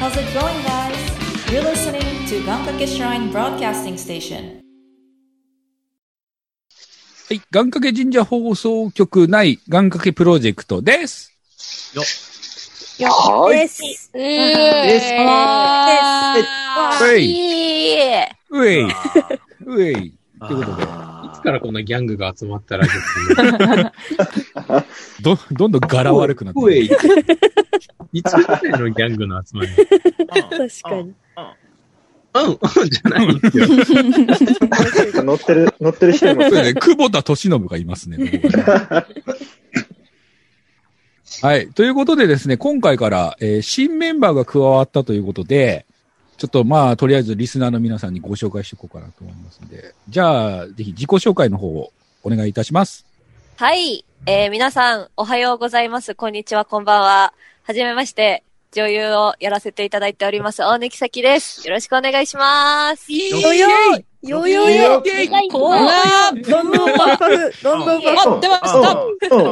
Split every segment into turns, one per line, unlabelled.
How's it going, guys? You're listening to Gankake Shrine Broadcasting Station.
はい。願掛け神社放送局内願掛けプロジェクトです。
は
で
い。
す。
うーわー
はい
いい。
うえい。うえい。
と
ということで
いつからこんなギャングが集まったら、い
ど、どんどん柄悪くなってる。
い。いつぐらいのギャングの集まり
確かに。
うん、うん、じゃないんですよ。
乗ってる、乗ってる人いま
そう
す。
ですね。久保田利伸がいますね。ここはねはい。ということでですね、今回から、えー新メンバーが加わったということで、ちょっとまあ、とりあえずリスナーの皆さんにご紹介していこうかなと思いますので、じゃあ、ぜひ自己紹介の方をお願いいたします。
はい。えー皆さん、おはようございます。こんにちは、こんばんは。はじめまして、女優をやらせていただいております、大貫咲です。よろしくお願いします。
よよよよよ
怖い
どんどんパクパクどんどんパ
待ってました。
うん。うん。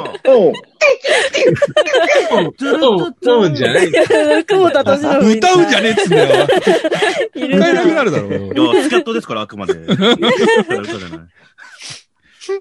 うん、うん、じゃないんですよ。
ク久保田敏信みた
歌
いな。
うんじゃねえっつうんだよ。
いる
歌えなくな
な。
るだろう。
いや、スキャットですから、あくま で。だから嘘じゃない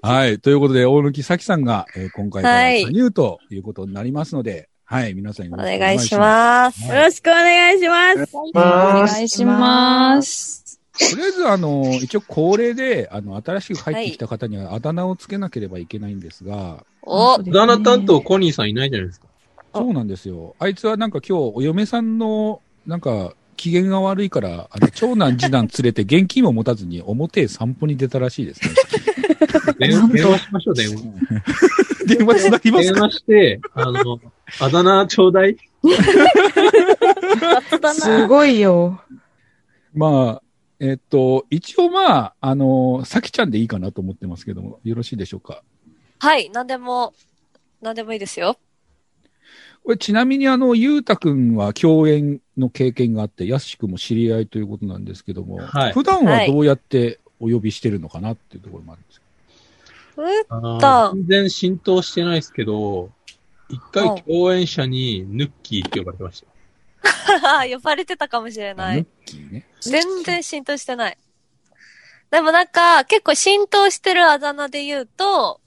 はい。ということで、大貫咲さんが、えー今回か
は
ら
い
加入ということになりますので、はい、皆さんよ
お
ろしく
願いします。
す
よろしくお願いします。
まあ、
願いします。
とりあえず、あの、一応恒例で、あの、新しく入ってきた方にはあだ名をつけなければいけないんですが、
お、
旦那担当、コニーさんいないじゃないですか。
あ
そうなんですよ。あいつはなんか今日、お嫁さんの、なんか、機嫌が悪いから、あの、長男、次男連れて現金を持たずに表へ散歩に出たらしいですね。
電話電話しましょう、電話。
電話つなぎます
電
か
話して、あの、あだ名ちょうだい。
雑だ
す
な。
ごいよ。
まあ、えっと、一応まあ、あの、さきちゃんでいいかなと思ってますけども、よろしいでしょうか。
はい、なんでも、なんでもいいですよ。
これちなみにあの、ゆうたくんは共演の経験があって、やすしくんも知り合いということなんですけども、
はい
普段はどうやってお呼びしてるのかなっていうところもあるんですけ
あー全然浸透してないですけど、一回共演者にヌッキーって呼ばれてました。
呼ばれてたかもしれ
ど、
な
ヌ
い
ッ。キーね。
全然浸透してない。でもなんか、結構浸透してるあだ名で言うと、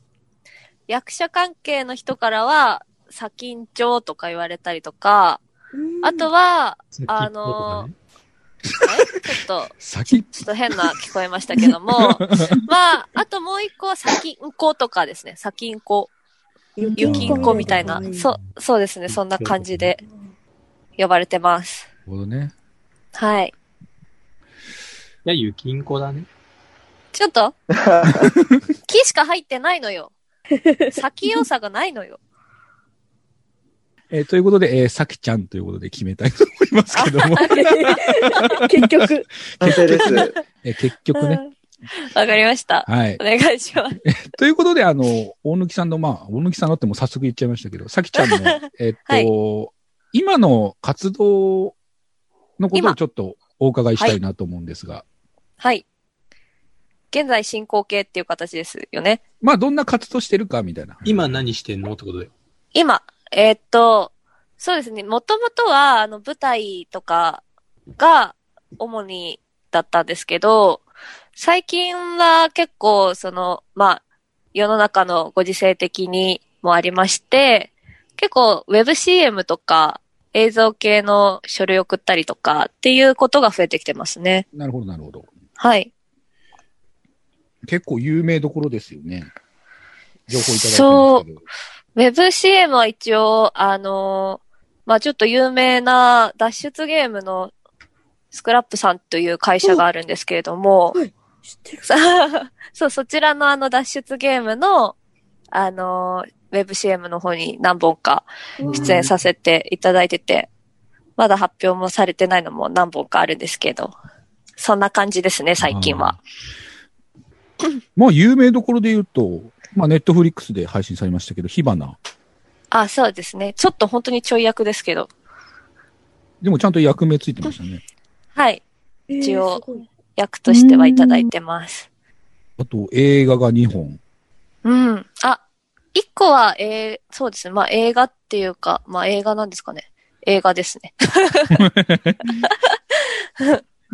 役者関係の人からは、砂金帳とか言われたりとか、あとは、あのーえちょっと、
先っ
ちょっと変な聞こえましたけど も、まあ、あともう一個は砂金庫とかですね。砂金庫、
ゆ
湯
き
金
んこ
庫みたいな
う。
そう、そうですね。そんな感じで呼ばれてます。
ほどね。
はい。
いや、ゆきんこだね。
ちょっと木しか入ってないのよ。先良さがないのよ。
えーということで、えー、さきちゃんということで決めたいと思いますけど も、
結局。
完成です。
えー結局ね。
わかりました。
はい
お。願いします。
ということで、あの、大貫さんの、まあ、大貫さんのってもう早速言っちゃいましたけど、さきち ゃんの、えっと、
はい
今の活動のことを
今
ちょっとお伺いしたいなと思うんですが、
はい。現在進行形っていう形ですよね。
まあ、どんな活動してるかみたいな。
今何してんのってことで。
今、えーっと、そうですね。もともとは、あの、舞台とかが主にだったんですけど、最近は結構、その、まあ、世の中のご時世的にもありまして、結構、ウェブ CM とか、映像系の書類送ったりとかっていうことが増えてきてますね。
なるほど、なるほど。
はい。
結構有名どころですよね。情報いただいてますけど。
ウェブ CM は一応、あのーまあ、ちょっと有名な脱出ゲームのスクラップさんという会社があるんですけれども、
知ってる。
さ そう、そちらのあの脱出ゲームの、あのーウェブ CM の方に何本か出演させていただいてて、まだ発表もされてないのも何本かあるんですけど、そんな感じですね、最近は。
まあ、有名どころで言うと、まあ、ネットフリックスで配信されましたけど、火花。
あ、そうですね。ちょっと本当にちょい役ですけど、
でも、ちゃんと役名ついてましたね。
はい、一
一
応。役としてはいただいてます。
あと、映画が2本。
うん。あ、一個は、えーそうですね。まあ映画っていうか、まあ映画なんですかね。映画ですね。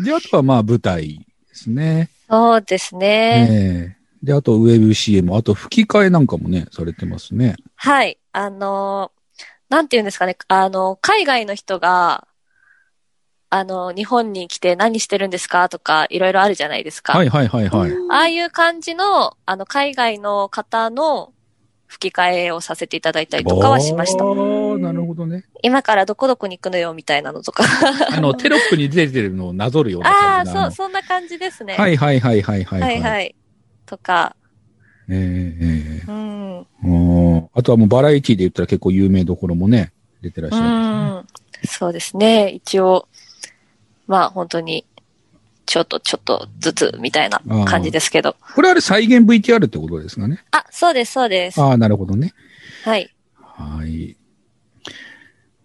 で、あとはまあ舞台ですね。
そうですね。
ええで、あとウェブ CM、あと吹き替えなんかもね、されてますね。
はい。あのーなんて言うんですかね。あの、海外の人が、あの、日本に来て何してるんですかとか、いろいろあるじゃないですか。
はいはいはいはい。
ああいう感じの、あの、海外の方の吹き替えをさせていただいたりとかはしました。
あーなるほどね。
今からどこどこに行くのよ、みたいなのとか。
あ の、テロップに出てるのをなぞるような
あ
感
あ、
じ
そ
な
う、そんな感じですね。、
はいいはいはいはいはい。
はい、
い。
はい。とか、
えええ
うん。うん。
えうんあとはもうバラエティで言ったら結構有名どころもね、出てらっしゃ
そうですね。一応、まあ本当に、ちょっとちょっとずつみたいな感じですけど。
る。これあれ再現 VTR ってことですかね。
あそうです、そうです。
ああ、なるほどね。
はい。
はい。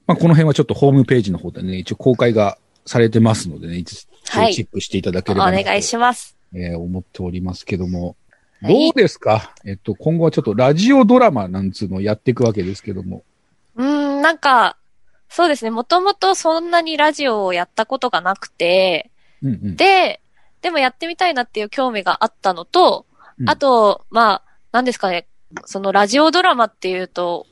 まあ、この辺はちょっとホームページの方でね、一応公開がされてますのでね、一
は
応
い
チェックしていただけ
お
ればなと、
願いします。
えー思っておりますけども。
はい
どうですかえっと、今後はちょっとラジオドラマなんつうのをやっていくわけですけども。
うーん、なんか、そうですね。もともとそんなにラジオをやったことがなくて、
うんうん。
で、でもやってみたいなっていう興味があったのと
う、ん
あと、まあ、何ですかね、そのラジオドラマっていうと、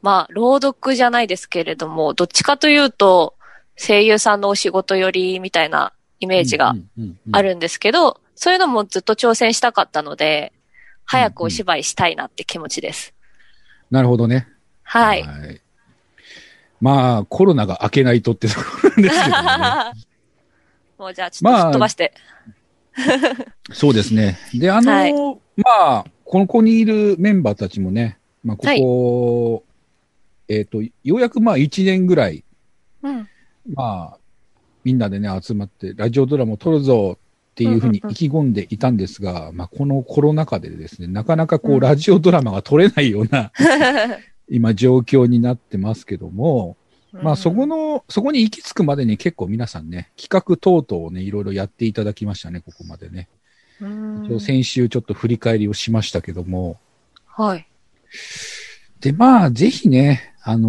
まあ、朗読じゃないですけれども、どっちかというと、声優さんのお仕事寄りみたいなイメージが
うんうんうん
あ。るんですけど、そういうのもずっと挑戦したかったので、早くお芝居したいなって気持ちです。
なるほどね。
はい。
まあ、コロナが明けないとってところなんですけどね。
もうじゃあ、ちょっとすっ飛ばして。
そうですね。で、あの、
はい
まあ、ここにいるメンバーたちもね、まあ、ここ、えっ、と、ようやくまあ1年ぐらい、
うん。
まあ、みんなでね、集まって、ラジオドラマを撮るぞっていうふうに
うんうんうん
意気込んでいたんですが、まあ、このコロナ禍でですね、なかなかこう、
うん
ラジオドラマが撮れないよう な、今、状況になってますけども、まあ、そこの、そこに行き着くまでに結構皆さんね、企画等々をね、いろいろやっていただきましたね、ここまでね。
うん、
一応先週ちょっと振り返りをしましたけども、
はい。
で、まあ、ぜひね、あの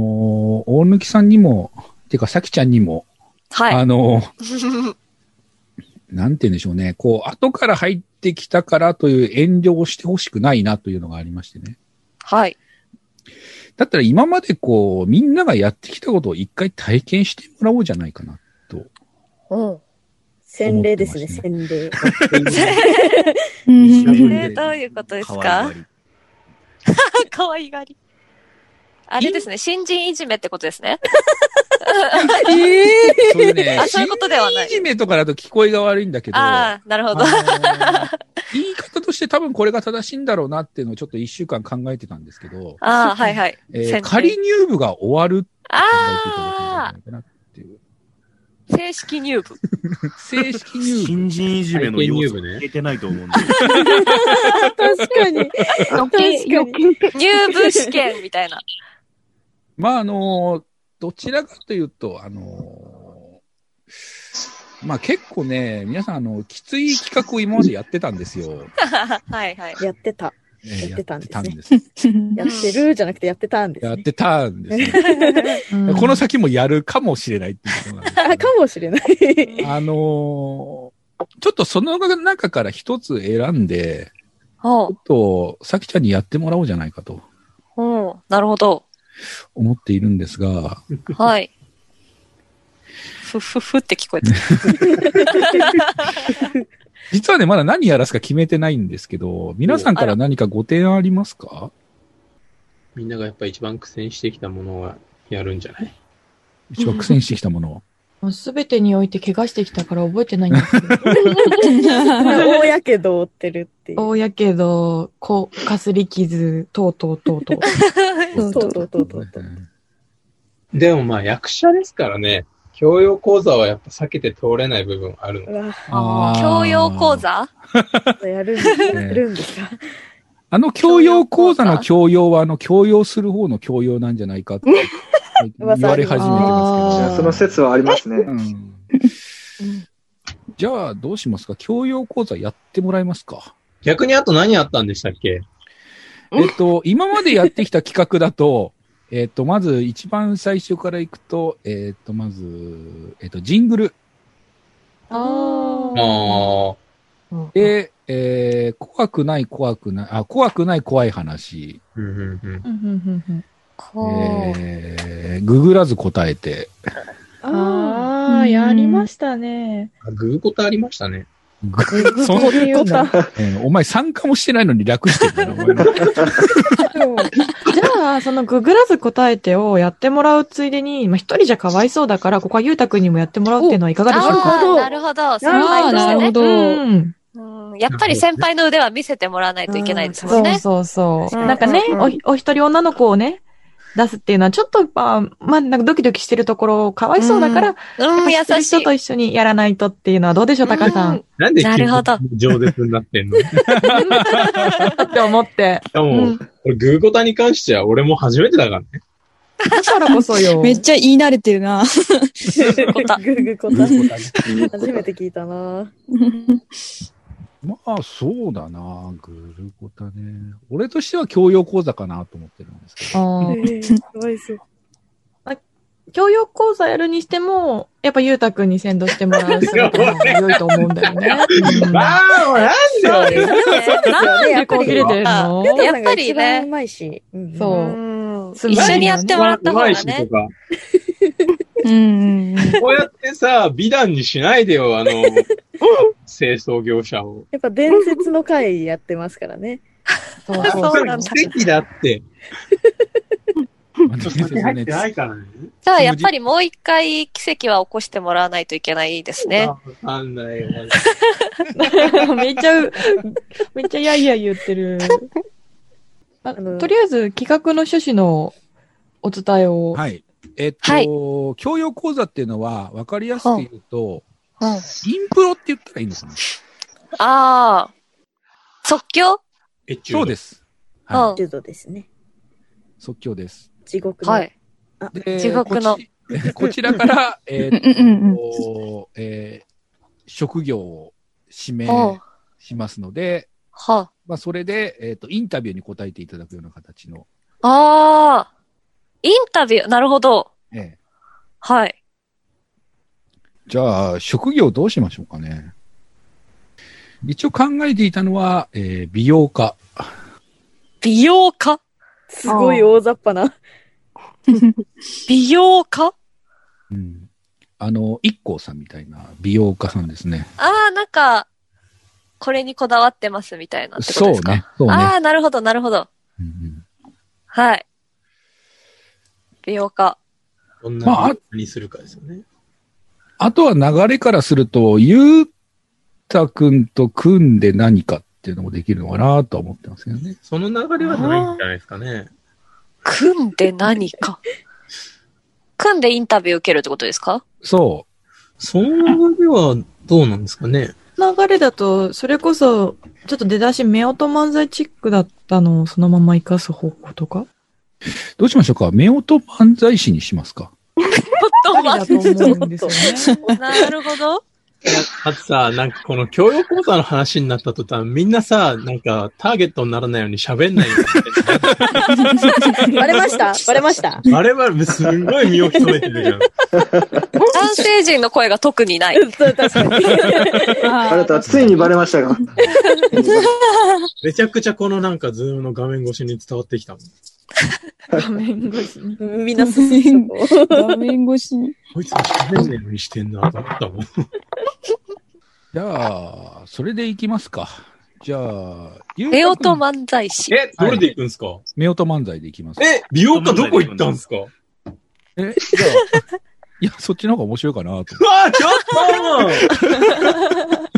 ー大貫さんにも、てか、さきちゃんにも、
は
あ
い。
のーなんて言うんでしょうね、こう、後から入ってきたからという遠慮をしてほしくないなというのがありましてね。
はい。
だったら今までこう、みんながやってきたことを一回体験してもらおうじゃないかな。
うん。
洗礼ですね、
思っ
洗礼。
うん
えーどういうことですか可愛がり。あれですね、新人いじめってことですね。
ええそういうね
あ、そういうことではない
いじめとかだと聞こえが悪いんだけど、
ああ、なるほど。
あのー言い方として多分これが正しいんだろうなっていうのをちょっと一週間考えてたんですけど、
ああ、はいはい。
えー
先生
仮入部が終わるって考えていただければいいんじゃ
ああ
な、いかなっていう。
正式入部。
正式入部。
新人いじめの要素が消えてないと思うんで。
確かに。確かに。
入部試験みたいな。
まあ、あのーどちらかというと、あのーまあ結構ね、皆さん、あの、きつい企画を今までやってたんですよ。
はいはい。
やってた。
えー
やってたんですね
やってたんです
やってるじゃなくてやってたんです
やっ
ね。
てたんですね。この先もやるかもしれないっていうことなんですけど
あかもしれない。
あのーちょっとその中から一つ選んで、
ほ
ちょ
う
っ、と、さきちゃんにやってもらおうじゃないかと
ほう、なるほど。
思っているんですが、
はい。ふふふって聞こえてる。
実はね、まだ何やらすか決めてないんですけど、皆さんから何かご提案ありますか
みんながやっぱ一番苦戦してきたものはやるんじゃない
一番苦戦してきたものを。
すべてにおいて怪我してきたから覚えてないんですけど。
大やけどを負ってるっていう。
大やけど、こかすり傷、とうとうとうとう。
そうそうそうそうそう。
でもまあ役者ですからね、教養講座はやっぱ避けて通れない部分ある
う
の。
わ、
あー
教養講座
やるんですかやるんですか
あの教養講座の教養は、あの教養する方の教養なんじゃないかって言われ始めてますけ
あ
ど
ー。
その説はありますね。
うんじゃあ、どうしますか教養講座やってもらえますか
逆にあと何あったんでしたっけ
えっと、今までやってきた企画だと、 えっ、と、まず一番最初から行くと、えっ、と、まず、えっ、と、ジングル。
あー。
あ
うん
で、えー怖くない怖くない、あ、怖くない怖い話。
ーうんうんうん。
うんうんうんうん
こう。
えー、ググらず答えて。
あ
う
ー、
ん
やりましたね。
あ、グーコタありましたね。
グ
えグ
そ
ー
の
グルで言う
そ
の
えーお前参加もしてないのに楽してるな、お前な
そう
じゃあ、そのググらず答えてをやってもらうついでに、まあ、一人じゃかわいそうだから、ここはゆうたくんにもやってもらうっていうのはいかがでしょうか
あーなるほど。先輩として
な
ね
る。
うん
うんやっぱり先輩の腕は見せてもらわないといけないですもんね。
そうそうそう。
うん
なんかね、
うん
おひ、お一人女の子をね、出すっていうのは、ちょっと、まあ、まあ、なんかドキドキしてるところ、かわいそうだから、
うん、優
やっぱ
しい
知ってる人。と一緒にやらないとっていうのはどうでしょう、タカさん。っ
なんで
なるほど
君饒舌になってん ので
て思って。
も、
うん
俺グーコタに関しては俺も初めてだからね。
だからこそよ。
めっちゃ言い慣れてるな。
こた
グーグーこ
グ
た
ーコタに
初めて聞いたな。
まあ、そうだな、グルコタね。俺としては教養講座かなと思ってるんです けど。
あー
すごいすごい。
教養講座やるにしても、やっぱゆうたくんに先導してもらう姿の方が良いと思うんだよ ね。うん
ああ、もうなんで俺
なんでこう切れてる
そ
の
うですよねやっぱ
一
り
番う
ね。
まいし。うん
そう
うん
そう
一緒にやってもらった方
うまい
が
しと
ね。
か。
うんうんうん。
こうやってさ、美談にしないで よ、あの、清掃業者を。
やっぱ伝説の回やってますからね。
そう
そうなんだ
奇跡だって。
まあ
ちょっ
伝
と
説
入
ね
ってないからね。
じゃあ、やっぱりもう一回奇跡は起こしてもらわないといけないですね。
わかん ないよ。。
めっちゃ、めっちゃやいや言って る。あ
あの
とりあえず企画の趣旨のお伝えを。
はい。えっと、
はい
教養講座っていうのは、わかりやすく言うと、
うん
インプロって言ったらいいのかな
ああ。即興
そうですす。は
柔道ですね。
い。即興です。
地獄の。
はい。
で
地獄の
こちこちら から、えっ
うんうんうん
と、えー職業を指
お
名
う
しますので、
は
まあ、それで、えっ、と、インタビューに答えていただくような形の、
あ。ああ。インタビュー、なるほど。
ええ
はい。
じゃあ、職業どうしましょうかね。一応考えていたのは、えー美容家。
美容家
すごい大雑把な。
美容家
うん。あの、一光さんみたいな美容家さんですね。
ああ、なんか、これにこだわってますみたいなってこと
そう
ですか。
ね。そうね
あ。あ、なるほど、なるほど。
うんうん
はい。美容家。
どん
まあ
なにするかですよね。
あとは流れからすると、ゆうたくんと組んで何かっていうのもできるのかなとは思ってますよね。
その流れはないんじゃないですかね。
組んで何か。組んでインタビュー受けるってことですか
そ
その流れはどうなんですかね。
流れだと、それこそ、ちょっと出だし、夫婦漫才チックだったのをそのまま活かす方向とか
う。どうしましょうか夫婦漫才師にしますか
ありだと思うんですよね。
なるほど。
あとさ、なんかこの教養講座の話になった途端、みんなさ、なんかターゲットにならないように喋んないよう
バレま したバレました
に。あ れはすんごい身を潜めてるじゃん。
男性陣の声が特にない。
そう確かに。
あなた、ついにバレましたが。
めちゃくちゃこのなんかズームの画面越しに伝わってきたもん。
画面越しに。
みんな進んでた
画面越しに。
こいつ喋んないようにしてんなと思ったもん。
じゃあ、それでいきますか。じゃあ、ゆう
夫
た
婦
くん、
漫才師。
え、どれで行くんすか、
夫婦漫才でいきますか。
え、美容家どこ行ったんすかうわ
え、じゃあ、いや、そっちの方が面白いかなと思って。
ーちょっ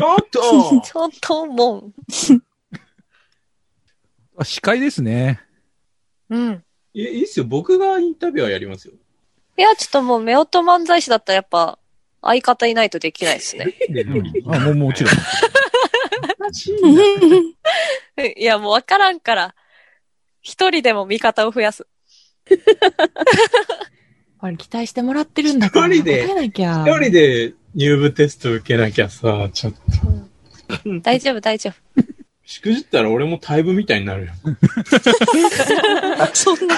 と ちょっと
ちょっともん。
あ司会です ね。
うん。
いやいいっすよ。僕がインタビュアーやりますよ。
いや、ちょっともう、夫婦漫才師だったらやっぱ、相方いないとできないですね。
あ、もう、もちろん。
え いや、もうわからんから、一人でも味方を増やす。
あれ、期待してもらってるんだから。
一人で
答えなきゃ。
一人で入部テスト受けなきゃさ、ちょっと。
大丈夫、大丈夫。
しくじったら俺もタイ部みたいになるよ。
そんな。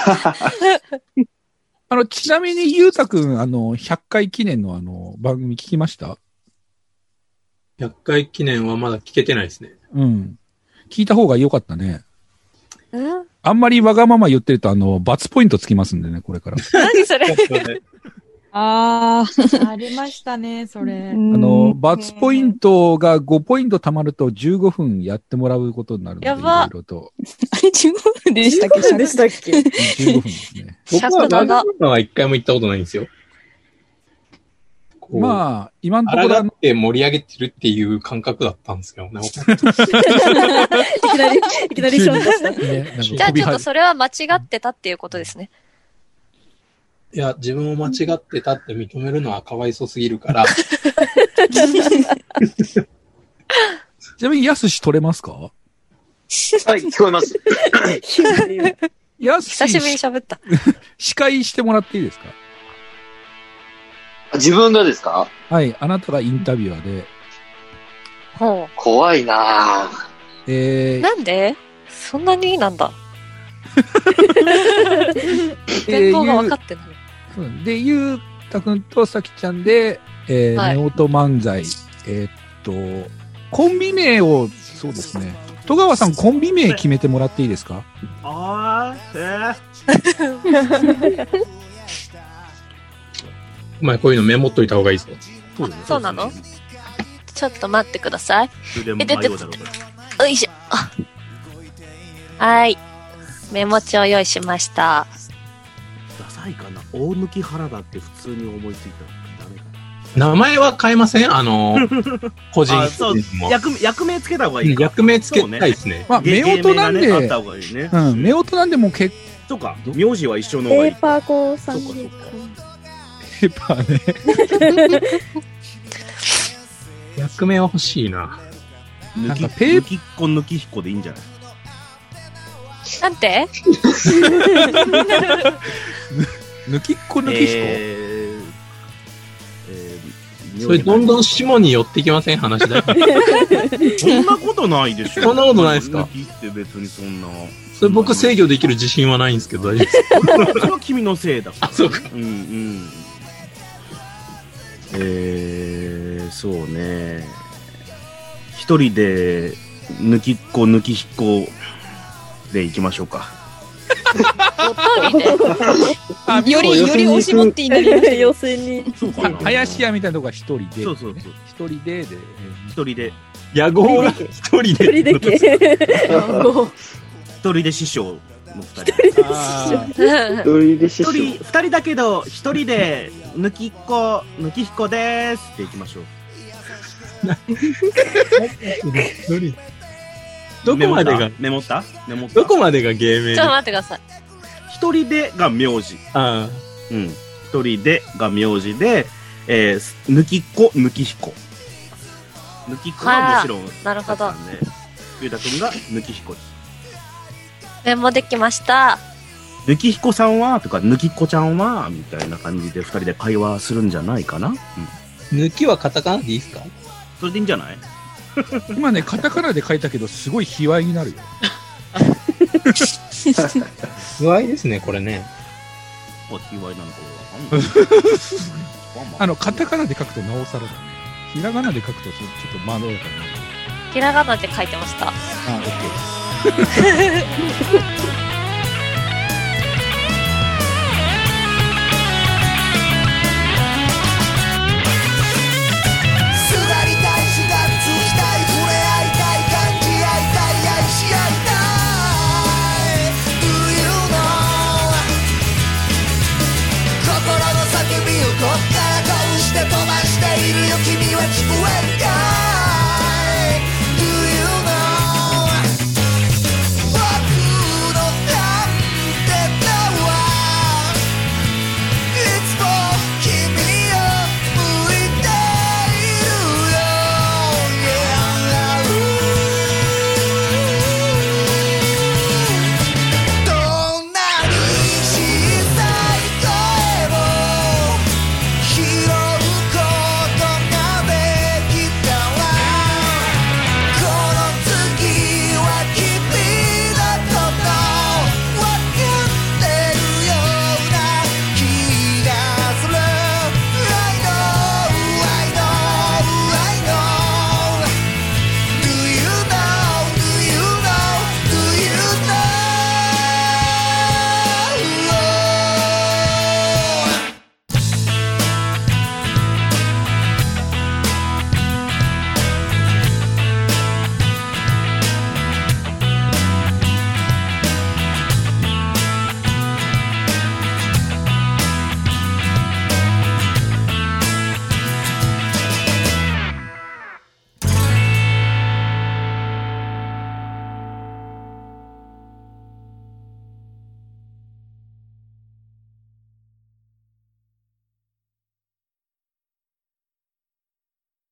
あの、ちなみに、ゆうたくん、あの、100回記念のあの、番組聞きました
100回記念はまだ聞けてない ですね。
うん。聞いた方が良かったね。
うん
あんまりわがまま言ってると、あの、罰ポイントつきますんでね、これから。
何それ
ああ。
ありましたね、そ
あ
れ。
あの、罰ポイン
ト。
トが5ポイント貯まると15分やってもらうことになるので、
や
い
ば
ろいろと。
あれ、15分でしたっけ
でしたっ け
15分ですね。
僕はラジオンは一回も行ったことないんですよ。こう、あ、
まあ、今のところ
ら
あの
って盛り上げてるっていう感覚だったんですけどね。
いきなり、いきなり
急
ショ
に
ーン出し
ねな
た。
んか
じ
じゃあ
飛び
ちょっ
跳
と
ね
それは間違ってたっていうことですね。
いや、自分を間違ってたって認めるのはかわいそうすぎるから、
ちなみに、やすし取れますか
はい、聞こえます。
やす
久しぶりに
し、
喋った。
司会してもらっていいですか
自分がですか
はい、あなたがインタビュアーで、
ほ
怖いな ぁ。
え
う。なんでそんなになんだ。
ー、
全貌
えーゆ
が分
う
かってない。
そうで、ゆうたくんとさきちゃんで、えー、
はい
ネオト漫才。えーっと、コンビ名を、そうですね。戸川さん、コンビ名決めてもらっていいですか
あー、え
お前こういうのメモっといた方がいいぞ。
ー、
あそうなのちょっと待ってください。
でも迷うだろうから。
よいしょ。あはい。メモ帳用意しました。
ダサいかな。大貫原田って普通に思いついた。ダメか
名前は変えませんあ の、個人
あそう
も
な。役役名つけた方がいいか。
役名つけたいですね。
まあ、
芸
夫婦なん
芸名がねあっ
で、
た方がいいね。
うん、夫婦なんでもう結
そうか。名字は一緒の方が
ペ
いい
ー。パーコーさん
そうかそうか
構 ね、
役名は欲しいな。
抜き
なんかペー
抜きっこ抜きっこでいいんじゃない
なんて
抜きっこ抜きっこ、
えーえー
それどんどん下に寄ってきません話 だ。
そんなことないでしょ。
そんなことないですか
抜きって別にそんな。
それ僕制御できる自信はないんですけど、大丈夫ですか
それはそれは君のせいだから。
あそうか。
うんうん。えー、そうね。一人で、抜きっこ、抜き引っこで行きましょうか。
一 人で。
あより、より押し持っていなりましたよ。
要するに。
そう
あ林家みたいなとこが一人で、
そうそうそう。
一人でで、
一人で、
野号が一人
一人
で。
だけ。
一人で師匠の二人。
あ
うん
ドリル師
一
匠。
人、二人だけど、一人で、抜きっこ、抜き引っこでーすって行きましょう。
一人どこまでが、
メモったメモった
どこまでが芸名
ちょっと待ってください。
一人でが名字。
あ
うん。一人でが名字で、えー、す抜きっこ、抜き彦。抜きっこはもちろん、
なるほど
だったんで、ゆうたくんが抜き彦です。
メモできました。
抜き彦さんはとか、抜きっこちゃんはみたいな感じで二人で会話するんじゃないかな。うん。
抜きはカタカナでいいですか
それでいいんじゃ ない
ー 今ね、カタカナで書いたけど、すごい卑猥になるよ。
具合ですね、これね。
こう、言われなのかわ かんない。
あの、カタカナで書くとなおさらだね。ひらがなで書くと、そうちょっとまろやかになる。
ひらがなで書いてました。
あ、オッケー。
あ